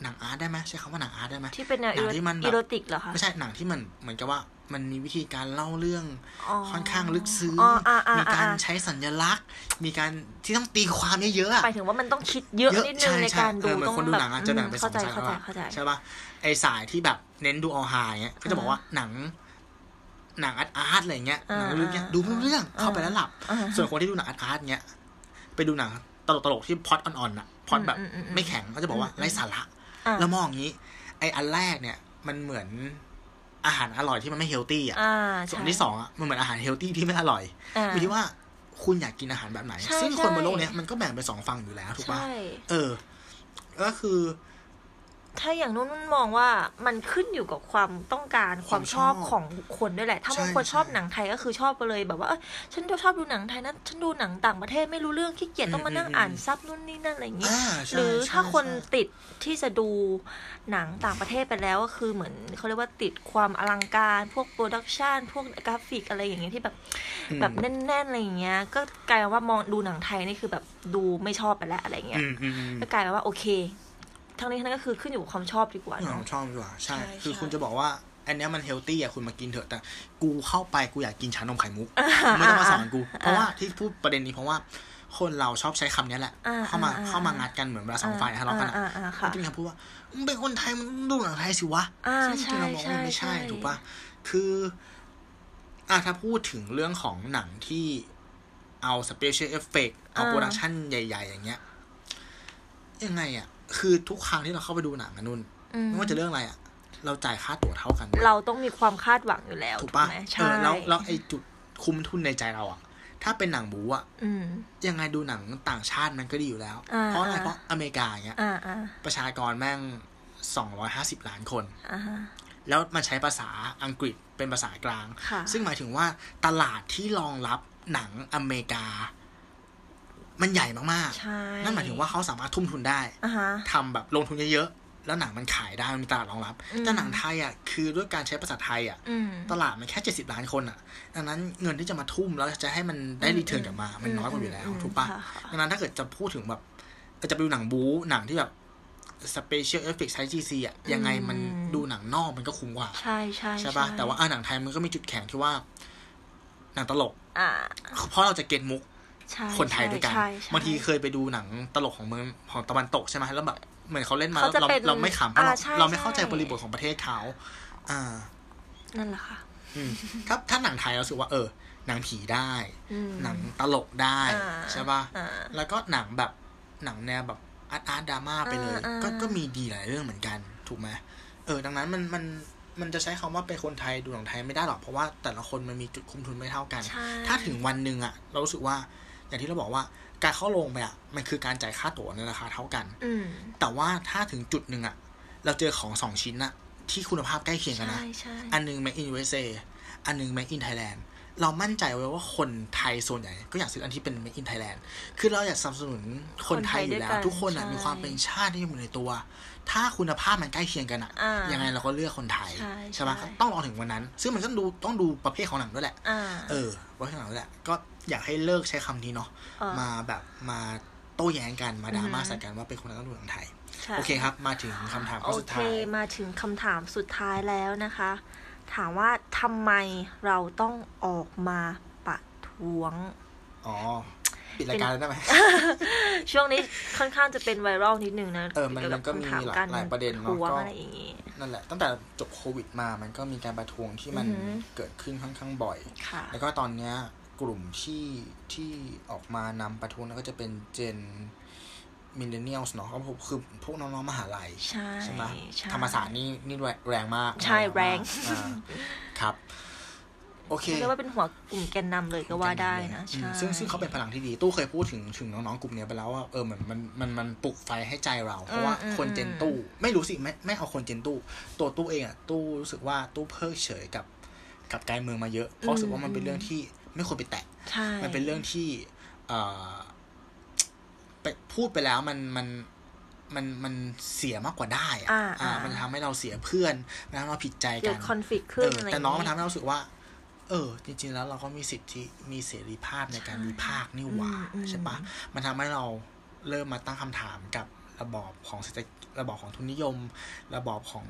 Speaker 2: หนังอาร์ตได้ไหมใช้คำว่าหนังอาร์ตได้ไหม
Speaker 3: ที่เป็นแนว
Speaker 2: หนังที่มันแบบ
Speaker 3: อีโรติกเหรอคะ
Speaker 2: ไม่ใช่หนังที่มันเหมือนกับว่า มันมีวิธีการเล่าเรื่องค่อนข้างลึกซึ้ง
Speaker 3: อ๋ออ่าอ่า
Speaker 2: มี
Speaker 3: อ่า
Speaker 2: การใช้สัญลักษณ์ มีการที่ต้องตีความเยอะๆอะ
Speaker 3: หมายถึงว่ามันต้องคิดเยอะนิดนึงในการดู
Speaker 2: เออเหมือ
Speaker 3: ต้อน ง
Speaker 2: คนดู
Speaker 3: แบบ
Speaker 2: หนังอาจจะแบ่งเป็นสอง
Speaker 3: เข้าใจ
Speaker 2: สาย
Speaker 3: เข้าใจ
Speaker 2: ว่า
Speaker 3: เข้าใจ
Speaker 2: ใช่ป่ะไอสายที่แบบเน้นดูเอาฮาเงี้ยก็จะบอกว่าหนัง หนังอาร์ตอาร์ตอะไรเงี้ยหนังเรื่องเงี้ย
Speaker 3: อ่า
Speaker 2: ดูไม่รู้เรื่อง
Speaker 3: อ่า
Speaker 2: เข้าไปแล้วหลับ
Speaker 3: อ่า
Speaker 2: ส่วนคนที่ดูหนังอาร์ตอาร์ตเงี้ยไปดูหนังตลกตลกๆที่พล็อตอ่อนๆน่ะพล็อตแบบ
Speaker 3: อืมอืมอืม
Speaker 2: ไม่แข็งก็จะบอกว่า
Speaker 3: อืม
Speaker 2: ไร้สาระ
Speaker 3: อ่า
Speaker 2: แล้วมองอย่างนี้ ไออันแรกเนี่ย มันเหมือนอาหารอร่อยที่มันไม่เฮลตี้อ่ะ
Speaker 3: อ่า
Speaker 2: ส่วน
Speaker 3: ใช่
Speaker 2: อันที่สองอ่ะมันเหมือนอาหารเฮลตี้ที่ไม่อร่อย
Speaker 3: อ่า
Speaker 2: อยู่ที่ว่าคุณอยากกินอาหารแบบไหน
Speaker 3: ใช่
Speaker 2: ซึ่งคนบนโลก
Speaker 3: ใช่
Speaker 2: เนี้ยมันก็แบ่งเป็นสองฝั่งอยู่แล้วถูกปะ
Speaker 3: ใช่
Speaker 2: เออ ก็คือ
Speaker 3: ถ้าอย่างนุ่นนุ่นมองว่ามันขึ้นอยู่กับความต้องการค
Speaker 2: คาว
Speaker 3: วาม ม
Speaker 2: ช
Speaker 3: ช
Speaker 2: อ
Speaker 3: อ
Speaker 2: บบ
Speaker 3: ของบุคคนด้วยแหละ ถ้า
Speaker 2: ใช่
Speaker 3: บางคนชอบ
Speaker 2: ใช่
Speaker 3: หนังไทยก็คือชอบไปเลยแบบว่าเอ้ยฉันชอบดูหนังไทยนะฉันดูหนังต่างประเทศไม่รู้เรื่องขี้เกียจต้องมานั่ง
Speaker 2: อืมอืม
Speaker 3: อ่านซับนู่นนี่นั่นอะไรอย่างเงี้ย
Speaker 2: อ่าใช่
Speaker 3: หรือถ้า
Speaker 2: ใช่
Speaker 3: คน
Speaker 2: ใช่
Speaker 3: ติดที่จะดูหนังต่างประเทศไปแล้วก็คือเหมือนเขาเรียกว่าติดความอลังการพวกโปรดักชันพวกกราฟิกอะไรอย่างเงี้ยที่แบบ
Speaker 2: อืม
Speaker 3: แบบแน่นๆอะไรอย่างเงี้ย ก็กลายเป็นว่ามองดูหนังไทยนี่คือแบบดูไม่ชอบไปแล้วอะไรอย่างเงี้ย
Speaker 2: อืมอืมอืม
Speaker 3: ก็กลายเป็นว่าโอเค ทั้งนี้ทั้งนั้นก็คือขึ้นอยู่กับความชอบดีกว่า
Speaker 2: เรื่องข
Speaker 3: เนาะ
Speaker 2: องชอบดีกว่า ใช่
Speaker 3: ใช่
Speaker 2: คือ
Speaker 3: ใช่
Speaker 2: คุณจะบอกว่า อันเนี้ยมันเฮลตี้อ่ะคุณมากินเถอะ แต่กูเข้าไปกูอยากกินชานมไข่มุกไม่ต้องมาสอนกู เพราะว่าที่พูดประเด็นนี้เพราะว่าคนเราชอบใช้คำเนี้ยแหละ
Speaker 3: อ่า
Speaker 2: เข้ามา
Speaker 3: อ่า
Speaker 2: เข้ามางัดกันเหมือนเวลาสองฝ่ายทะเลาะกันอะ
Speaker 3: อ่าอ่าค่ะ
Speaker 2: จะมีคำพูดว่ามึงเป็นคนไทยมึงต้องดูหนังไทยสิวะ
Speaker 3: อ่า
Speaker 2: ซึ่งจริงๆเรามองว่ามันไม่
Speaker 3: ใช่
Speaker 2: ใช่
Speaker 3: ใช่
Speaker 2: ถูกปะคือ อ่ะถ้าพูดถึงเรื่องของหนังที่เอาสเปเชียลเอฟเฟกเอาโปรดักชันใหญ่ ๆ อย่างเงี้ย ยังไงอ่ะ คือทุกครั้งที่เราเข้าไปดูหนังอะนุ่น
Speaker 3: อืม
Speaker 2: ไม่ว่าจะเรื่องอะไรอะเราจ่ายค่าตั๋วเท่ากันว้ย
Speaker 3: เราต้องมีความคาดหวังอยู่แล้ว
Speaker 2: ถูก
Speaker 3: ถู
Speaker 2: ปะ
Speaker 3: กไหม
Speaker 2: เอ
Speaker 3: ใช่
Speaker 2: อแล้วแล้วไอ้จุดคุ้มทุนในใจเราอะถ้าเป็นหนังบูอะ
Speaker 3: อืม
Speaker 2: ยังไงดูหนังต่างชาติมันก็ดีอยู่แล้ว
Speaker 3: อ่า
Speaker 2: เพราะอะไร
Speaker 3: อ่า
Speaker 2: เพราะอเมริกาอย่างเงี้ย
Speaker 3: อ่าอ่า
Speaker 2: ประชากรแม่ง 250 ล้านคน
Speaker 3: อ่าฮะ
Speaker 2: แล้วมันใช้ภาษาอังกฤษเป็นภาษากลาง
Speaker 3: ค่ะ
Speaker 2: ซึ่งหมายถึงว่าตลาดที่รองรับหนังอเมริกา มันใหญ่มาก
Speaker 3: ใช่
Speaker 2: ๆ นั่นหมายถึงว่าเขาสามารถทุ่มทุนได้
Speaker 3: อ่าฮะ
Speaker 2: ทำแบบลงทุนเยอะๆ แล้วหนังมันขายได้ มันมีตลาดรองรับ
Speaker 3: อืม
Speaker 2: แต่หนังไทยอ่ะ คือด้วยการใช้ภาษาไทยอ่ะ
Speaker 3: อืม
Speaker 2: ตลาดมันแค่ 70 ล้านคนอ่ะ ดังนั้นเงินที่จะมาทุ่มแล้วจะให้มันได้รีเทิร์นกลับมา มันน้อยกว่าอยู่แล้ว
Speaker 3: อืม
Speaker 2: ถูกปะ
Speaker 3: ค่ะค่ะ
Speaker 2: ดังนั้นถ้าเกิดจะพูดถึงแบบจะไปดูหนังบู๊หนังที่แบบสเปเชียลเอฟเฟกต์ใช้จีซีอ่ะ ยังไงมันดูหนังนอกมันก็คุ้มกว่า
Speaker 3: ใช่ใช่
Speaker 2: ใช่ปะแต่ว่าอ่ะหนังไทยมันก็มีจุดแข็งที่ว่า หนังตลก
Speaker 3: อ่า
Speaker 2: เพราะเราจะเก็ตมุก
Speaker 3: ใช่
Speaker 2: คนไทยด้วยกัน
Speaker 3: ใช่ใช่
Speaker 2: บางทีเคยไปดูหนังตลกของเมืองของตะวันตกใช่ไหมแล้วแบบเหมือนเขาเล่นมา
Speaker 3: เขา
Speaker 2: แล้ว
Speaker 3: จะ
Speaker 2: เรา
Speaker 3: เป็น
Speaker 2: เราไม่ขำเพราะ
Speaker 3: อ่า
Speaker 2: เรา
Speaker 3: ใช่
Speaker 2: เราไม่เข้าใจ
Speaker 3: ใช่
Speaker 2: บริบทของประเทศเขาอ่า
Speaker 3: นั่นแหละค่ะ
Speaker 2: อืมถ้าถ้าหนังไทยเรารู้สึกว่า เออ หนังผีได้
Speaker 3: อืม
Speaker 2: หนังตลกได้
Speaker 3: อ่า
Speaker 2: ใช่ป่ะ
Speaker 3: อ่า
Speaker 2: แล้วก็หนังแบบหนังแนวแบบอาร์ตอาร์ตดราม่าไปเลย
Speaker 3: อ่าอ่า
Speaker 2: ก็ก็มีดีหลายเรื่องเหมือนกัน ถูกไหมเออ ดังนั้นมันมันมันจะใช้คำว่าเป็นคนไทยดูหนังไทยไม่ได้หรอกเพราะว่าแต่ละคนมันมีจุดคุมทุนไม่เท่ากัน
Speaker 3: ใช่
Speaker 2: ถ้าถึงวันหนึ่งอะเรารู้สึกว่าอย่างที่เราบอกว่าการเข้าโรงไปอะมันคือการจ่ายค่าตั๋วในราคาเท่ากัน
Speaker 3: อืม
Speaker 2: แต่ว่าถ้าถึงจุดหนึ่งอะเราเจอของสองชิ้นอะที่คุณภาพใกล้เคียงกัน
Speaker 3: ใช่
Speaker 2: นะ
Speaker 3: ใช่
Speaker 2: อันหนึง made in USA อันหนึง made in Thailand เรามั่นใจไว้ว่าคนไทยส่วนใหญ่ก็อยากซื้ออันที่เป็น made in Thailand คือเราอยากสนับสนุนคนไทยอยู่แล้ว
Speaker 3: คนไทยด้วยกัน
Speaker 2: ทุกคนอะ
Speaker 3: ใช่
Speaker 2: มีความเป็นชาตินิยมอยู่ในตัว ถ้าคุณภาพมันใกล้เคียงกันอะ
Speaker 3: อ่ายั
Speaker 2: ยังไงเราก็เลือกคนไทย
Speaker 3: ใช่
Speaker 2: ไหม
Speaker 3: ใช่
Speaker 2: ต้องรอถึงวันนั้น ซึ่งมันก็ดูต้องดูประเภทของหนังด้วยแหละ
Speaker 3: อ่า
Speaker 2: เออว่าข้างหลังแหละ ก็อยากให้เลิกใช้คำนี้เนาะ
Speaker 3: เออ
Speaker 2: มาแบบมาโต้แย้งกัน มาดราม่า
Speaker 3: อือฮึ
Speaker 2: ใส่กันว่าเป็นคนต้องดูหนังไทย
Speaker 3: ใช่
Speaker 2: โอเคครับ มาถึงคำถามข้
Speaker 3: โอ
Speaker 2: อสุด
Speaker 3: เค
Speaker 2: ท้าย
Speaker 3: มาถึงคำถามสุดท้ายแล้วนะคะ ถามว่าทำไมเราต้องออกมาประท้วง
Speaker 2: อ๋อ ปิดรายการแล้วได้ไหม
Speaker 3: ช่วงนี้ค่อนข้างจะเป็นไวรัลนิดหนึ่งนะ
Speaker 2: เออมัน
Speaker 3: กี่ยวบ
Speaker 2: มันก็มี
Speaker 3: คำถ
Speaker 2: หลาย
Speaker 3: ก
Speaker 2: หลายประเด็นเนอะ
Speaker 3: ท้วง
Speaker 2: ก็
Speaker 3: อะไรอย่างงี้
Speaker 2: นั่นแหละ ตั้งแต่จบโควิดมา มันก็มีการประท้วงที่มัน
Speaker 3: อือฮึ
Speaker 2: เกิดขึ้นค่อนข้างบ่อย
Speaker 3: ค่ะ
Speaker 2: แล้วก็ตอนเนี้ยกลุ่มที่ที่ออกมานำประท้วงนั่นก็จะเป็นเจนมิลเลนเนียลเนาะก็คือพวกน้องๆมหาลัย
Speaker 3: ใช่
Speaker 2: ใช่ไหม
Speaker 3: ใช่
Speaker 2: ธรรมศาสตร์นี่นี่แรงมาก
Speaker 3: ใช่แรง
Speaker 2: อ่าครับ โอเค
Speaker 3: เรียกว่าเป็นหัวกลุ่มแกนนำเลยก็ว่าได้นะ
Speaker 2: อืม
Speaker 3: ใช่
Speaker 2: ซึ่งซึ่งเขาเป็นพลังที่ดี ตู้เคยพูดถึงถึงน้องๆกลุ่มเนี้ยไปแล้วว่าเออเหมือนมันมันมันปลุกไฟให้ใจเรา เพราะว่าคนเจนตู้ ไม่รู้สิไม่ไม่เอาคนเจนตู้ ตัวตู้เองอ่ะตู้รู้สึกว่าตู้เพิกเฉยกับ กับการเมืองมาเยอะ เพราะรู้สึกว่ามันเป็นเรื่องที่ไม่ควรไปแตะ
Speaker 3: ใช่
Speaker 2: มันเป็นเรื่องที่เอ่อไปพูดไปแล้วมันมันมันมันเสียมากกว่าได้อะ
Speaker 3: อ่า
Speaker 2: อ่า มันทำให้เราเสียเพื่อนมันทำให้เราผิดใจ
Speaker 3: เกิ
Speaker 2: กั
Speaker 3: ด
Speaker 2: น
Speaker 3: คอนฟ lict
Speaker 2: เอ
Speaker 3: ขึ้น
Speaker 2: อ
Speaker 3: อะไร
Speaker 2: แต่น้องมันทำให้เรารู้สึกว่า เออ จริง ๆ แล้วเราก็มีสิทธิมีเสรีภาพในการวิพากษ์นี่หว่าใช่ปะมันทำให้เราเริ่มมาตั้งคำถามกับระบอบของเศรษฐระบอบของทุนนิยม ระบอบของ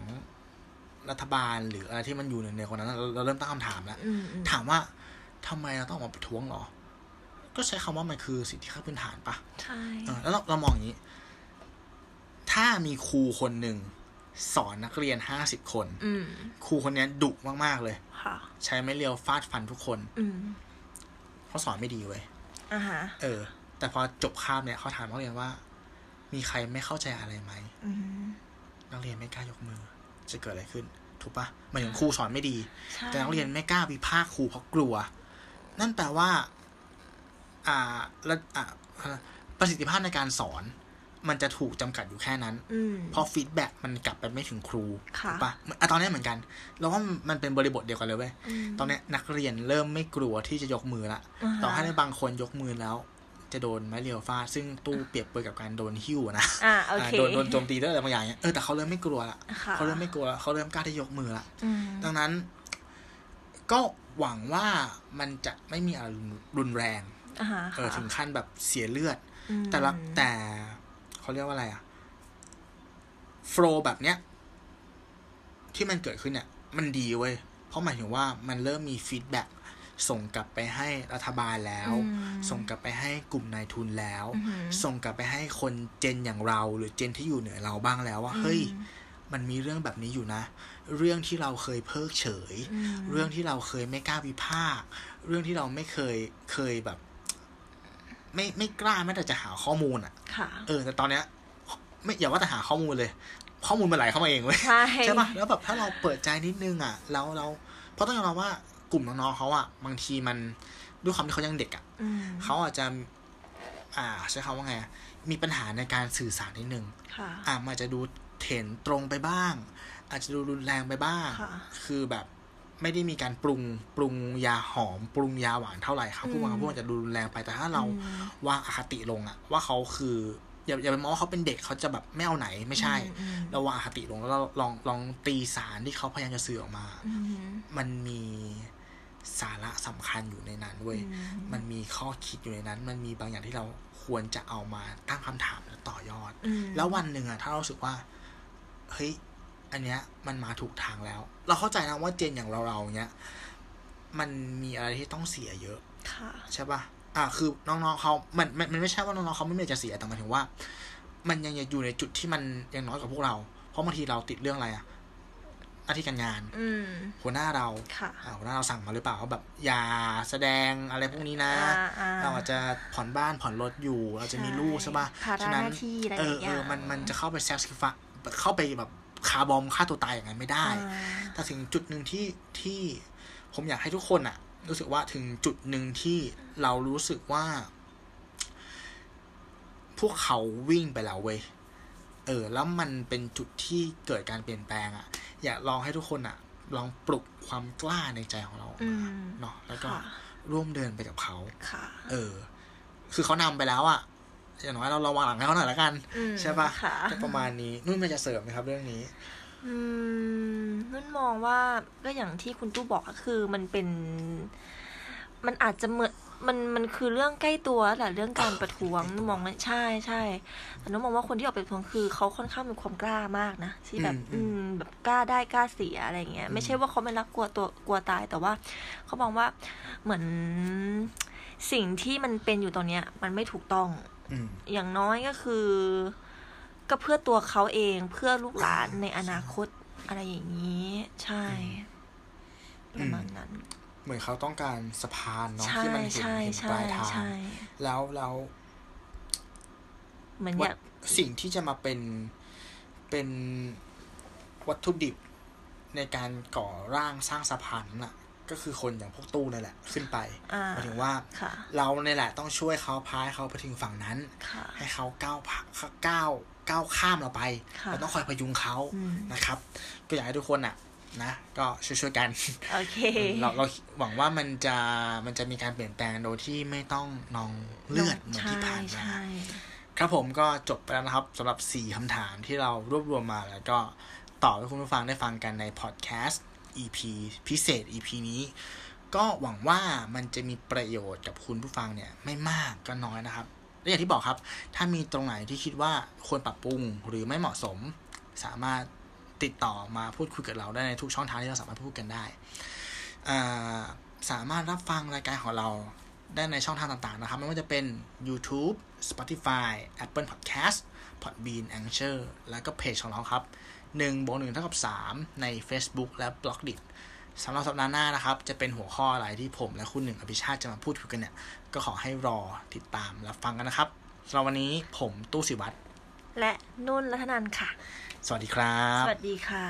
Speaker 2: รัฐบาลหรืออะไรที่มันอยู่ในคนนั้นเราเราเริ่มตั้งคำถามแล้ว
Speaker 3: อืมอืม
Speaker 2: ถามว่าทำไมเราต้องออกมาประท้วงเหรอ ก็ใช้คำว่ามันคือสิทธิขั้นพื้นฐานปะ
Speaker 3: ใช่
Speaker 2: เออแล้วเราเรามองอย่างนี้ ถ้ามีครูคนหนึ่งสอนนักเรียนห้าสิบคน
Speaker 3: อืม
Speaker 2: ครูคนเนี้ยดุมากๆเลย
Speaker 3: ค่ะ
Speaker 2: ใช้ไม้เรียวฟาดฟันทุกคน
Speaker 3: อืม
Speaker 2: เขาสอนไม่ดีเว้ย
Speaker 3: อ่าฮะ
Speaker 2: เออ แต่พอจบคาบเนี่ยเขาถามนักเรียนว่า มีใครไม่เข้าใจอะไรไหม
Speaker 3: อืม
Speaker 2: นักเรียนไม่กล้ายกมือ จะเกิดอะไรขึ้น ถูกปะหมายถึงครูสอนไม่ดี
Speaker 3: ใช่
Speaker 2: แต่นักเรียนไม่กล้าวิพากษ์ครูเพราะกลัว นั่นแปลว่า อ่าระอ่าประสิทธิภาพในการสอน มันจะถูกจำกัดอยู่แค่นั้น
Speaker 3: อืม
Speaker 2: เพราะฟีดแบ็กมันกลับไปไม่ถึงครู
Speaker 3: ค่ะ
Speaker 2: ถูกปะเหมือนอ่ะตอนนี้เหมือนกัน เราว่ามันเป็นบริบทเดียวกันเลยเว้ย
Speaker 3: ม
Speaker 2: ตอนเนี้ยนักเรียนเริ่มไม่กลัวที่จะยกมือละ
Speaker 3: อ่าฮะ
Speaker 2: ต่อให้ในบางคนยกมือแล้ว จะโดนไม้เรียวฟาดซึ่งตู้เปรียบเปรยกับการโดนหิ้วอะนะ
Speaker 3: อ่าโอเค
Speaker 2: อ่าโดนโดนโจมตีด้วยอะไรบางอย่างเนี่ยเออแต่เขาเริ่มไม่กลัวละ
Speaker 3: ค่ะ
Speaker 2: เขาเริ่มไม่กลัวละเขาเริ่มกล้าที่ยกมือละ
Speaker 3: อืม
Speaker 2: ดังนั้นก็หวังว่ามันจะไม่มีอะไรรุนแรง
Speaker 3: อ่าฮะ
Speaker 2: เออ
Speaker 3: ค่ะ
Speaker 2: ถึงขั้นแบบเสียเลือด
Speaker 3: อืม
Speaker 2: แต่ละแต่เขาเรียกว่าอะไรอะโฟลแบบเนี้ย ที่มันเกิดขึ้นเนี่ย มันดีเว้ย เพราะหมายถึงว่ามันเริ่มมีฟีดแบ็กส่งกลับไปให้รัฐบาลแล้ว
Speaker 3: อืม
Speaker 2: ส่งกลับไปให้กลุ่มนายทุนแล้ว
Speaker 3: อือหือ
Speaker 2: ส่งกลับไปให้คนเจนอย่างเรา หรือเจนที่อยู่เหนือเราบ้างแล้วว่า เฮ้ย มันมีเรื่องแบบนี้อยู่นะ เรื่องที่เราเคยเพิกเฉย
Speaker 3: อืม
Speaker 2: เรื่องที่เราเคยไม่กล้าวิพากษ์เรื่องที่เราไม่เคยเคยแบบ ไม่ไม่กล้าแม้แต่จะหาข้อมูลอะ่ะ
Speaker 3: ค่ะ
Speaker 2: เออ แต่ตอนเนี้ย ไม่อย่าว่าแต่หาข้อมูลเลย ข้อมูลมันไหลเข้ามาเองเว้ย
Speaker 3: ใช่
Speaker 2: ใช่ปะแล้วแบบถ้าเราเปิดใจนิดนึงอ่ะ แล้วเราเพราะต้องยอมรับว่ากลุ่มน้องๆเขาอ่ะ บางทีมันด้วยความที่เขายังเด็กอ่ะ
Speaker 3: อืม
Speaker 2: เขาอาจจะ อ่า ใช้คำว่าไงอะมีปัญหาในการสื่อสารนิดนึง
Speaker 3: ค่ะ
Speaker 2: อ่ะมันอาจจะดูเถนตรงไปบ้าง อาจจะดูรุนแรงไปบ้าง
Speaker 3: ค่ะ
Speaker 2: คือแบบไม่ได้มีการปรุงปรุงยาหอม ปรุงยาหวานเท่าไหร่ครับพวกมันพวกมันจะดูรุนแรงไปแต่ถ้าเรา
Speaker 3: อืม
Speaker 2: วางอคติลงอะว่าเขาคืออย่าอย่าไปมองว่าเขาเป็นเด็กเขาจะแบบไม่เอาไหนไม่ใช่
Speaker 3: อืมอืม
Speaker 2: เราวางอคติลงแล้วเราลองลองตีสารที่เขาพยายามจะสื่อออกมา
Speaker 3: อืม
Speaker 2: มันมีสาระสำคัญอยู่ในนั้นเว้ย
Speaker 3: อืม
Speaker 2: มันมีข้อคิดอยู่ในนั้น มันมีบางอย่างที่เราควรจะเอามาตั้งคำถามและต่อยอด
Speaker 3: อืม
Speaker 2: แล้ววันหนึ่งอะถ้าเรารู้สึกว่าเฮ้ยอันเนี้ยมันมาถูกทางแล้ว เราเข้าใจนะว่าเจนอย่างเราเราๆเนี้ยมันมีอะไรที่ต้องเสียเยอะ
Speaker 3: ค่ะ
Speaker 2: ใช่ปะ่ะ อ่า คือน้องๆเขามันมัน มันไม่ใช่ว่าน้องๆเขาไม่มีอะไรจะเสีย แต่หมายถึงว่า มันยังอยู่ในจุดที่มันยังน้อยกว่าพวกเรา เพราะบางทีเราติดเรื่องอะไรอะหน้าที่การงาน
Speaker 3: อืม
Speaker 2: หัวหน้าเรา
Speaker 3: ค่ะ
Speaker 2: อ่าหัวหน้าเราสั่งมาหรือเปล่าว่าแบบอย่าแสดงอะไรพวกนี้นะ
Speaker 3: อ่าอ่า
Speaker 2: เราอาจจะผ่อนบ้านผ่อนรถอยู่ เราจะมีลูกใช่ปะ
Speaker 3: ภาระ
Speaker 2: ฉะนั้น
Speaker 3: หน้าที่อะไร
Speaker 2: เออ
Speaker 3: หลายอ
Speaker 2: เอย่าง อมัน มันจะเข้าไปแซฟสกิฟะเข้าไปแบบคาร์บอมฆ่าตัวตายอย่างนั้นไม่ได้
Speaker 3: อ่า
Speaker 2: แต่ถึงจุดหนึ่งที่ที่ผมอยากให้ทุกคนอะรู้สึกว่าถึงจุดหนึ่งที่เรารู้สึกว่า พวกเขาวิ่งไปแล้วเว้ยเออ แล้วมันเป็นจุดที่เกิดการเปลี่ยนแปลงอะอยากลองให้ทุกคนอะลองปลุกความกล้าในใจของเราออก
Speaker 3: อื
Speaker 2: มาม เนาะแล้วก็
Speaker 3: ค่ะ
Speaker 2: ร่วมเดินไปกับเขา
Speaker 3: ค่ะ
Speaker 2: เออ คือเขานำไปแล้วอะอย่างน้อยเราเราวางหลังให้เขาหน่อยละกัน
Speaker 3: อืม
Speaker 2: ใช่ปะ
Speaker 3: ค่ะ
Speaker 2: ก็ประมาณนี้นุ่นมันจะเสริมไหมครับเรื่องนี้
Speaker 3: อืมนุ่นมองว่าก็อย่างที่คุณตู้บอกอะคือมันเป็น มันอาจจะเหมือนมันมันคือเรื่องใกล้ตัวแหละเรื่องการประท้วงนุ่นมองว่าใช่ใช่แต่นุ่นมองว่าคนที่ออกไปประท้วงคือเขาค่อนข้างมีความกล้ามากนะที่แบบ
Speaker 2: อื
Speaker 3: อื
Speaker 2: ม
Speaker 3: มแบบกล้าได้กล้าเสียอะไรอย่างเงี้ยไม่ใช่ว่าเขาไม่รักกลัวตัวกลัวตายแต่ว่าเขามองว่าเหมือนสิ่งที่มันเป็นอยู่ตอนเนี้ย มันไม่ถูกต้อง
Speaker 2: อืม
Speaker 3: อย่างน้อยก็คือ ก็เพื่อตัวเขาเองเพื่อลูกหลานในอนาคตอะไรอย่างนี้ ใช่
Speaker 2: อื
Speaker 3: ป
Speaker 2: ม
Speaker 3: ระมาณนั้น
Speaker 2: เหมือนเขาต้องการสะพานเนาะ
Speaker 3: ใช่
Speaker 2: ที่มันเห็น
Speaker 3: ใช่
Speaker 2: เห็นป
Speaker 3: ใช่
Speaker 2: ลายทาง
Speaker 3: ใช่
Speaker 2: แล้วแล้ว
Speaker 3: เหมือนอ
Speaker 2: วั
Speaker 3: ยา
Speaker 2: ต
Speaker 3: ก
Speaker 2: สิ่งที่จะมาเป็นเป็นวัตถุดิบในการก่อร่างสร้างสะพานนั้นน่ะ ก็คือคนอย่างพวกตู้นั่นแหละ ขึ้นไป
Speaker 3: อ่า
Speaker 2: หมายถึงว่า
Speaker 3: ค่ะ
Speaker 2: เราเนี่ยแหละต้องช่วยเขาพาให้เขาไปถึงฝั่งนั้น
Speaker 3: ค่ะ
Speaker 2: ให้เขาก้าวผ่าก้าวก้าวข้ามเราไป
Speaker 3: ค่ะ
Speaker 2: เราต้องคอยพยุงเขา
Speaker 3: อืม
Speaker 2: นะครับ ก็อยากให้ทุกคนอ่ะ นะก็ช่วยๆกัน
Speaker 3: โอเค
Speaker 2: เราเราหวังว่ามันจะมันจะมีการเปลี่ยนแปลงโดยที่ไม่ต้องนองเลือดเหมือนที่ผ่านมา
Speaker 3: ใช่ใช่
Speaker 2: ครับผมก็จบไปแล้วนะครับสำหรับ 4คำถามที่เรารวบรวมมาแล้วก็ตอบให้คุณผู้ฟังได้ฟังกันในพอดแคสต์ EP พิเศษ EP นี้ ก็หวังว่ามันจะมีประโยชน์กับคุณผู้ฟังเนี่ย ไม่มากก็น้อยนะครับ และอย่างที่บอกครับ ถ้ามีตรงไหนที่คิดว่าควรปรับปรุงหรือไม่เหมาะสม สามารถติดต่อมาพูดคุยกับเราได้ในทุกช่องทางที่เราสามารถพูดกันได้ อ่าสามารถรับฟังรายการของเราได้ในช่องทางต่างๆนะครับ ไม่ว่าจะเป็น YouTube Spotify Apple Podcast Podbean a n c h o r แล้วก็เพจของเราครับ1บวก1เท่ากับ3ใน Facebook และ b l o g d i t สำหรับสัปดาห์หน้านะครับ จะเป็นหัวข้ออะไรที่ผมและคุณหนึ่งอภิชาติจะมาพูดคุยกันเนี่ย ก็ขอให้รอติดตามรับฟังกันนะครับสำหรับวันนี้ผมตู้สิวัตร
Speaker 3: และนุ่นรัตนันค่ะ
Speaker 2: สวัสดีครับ
Speaker 3: สวัสดีค่ะ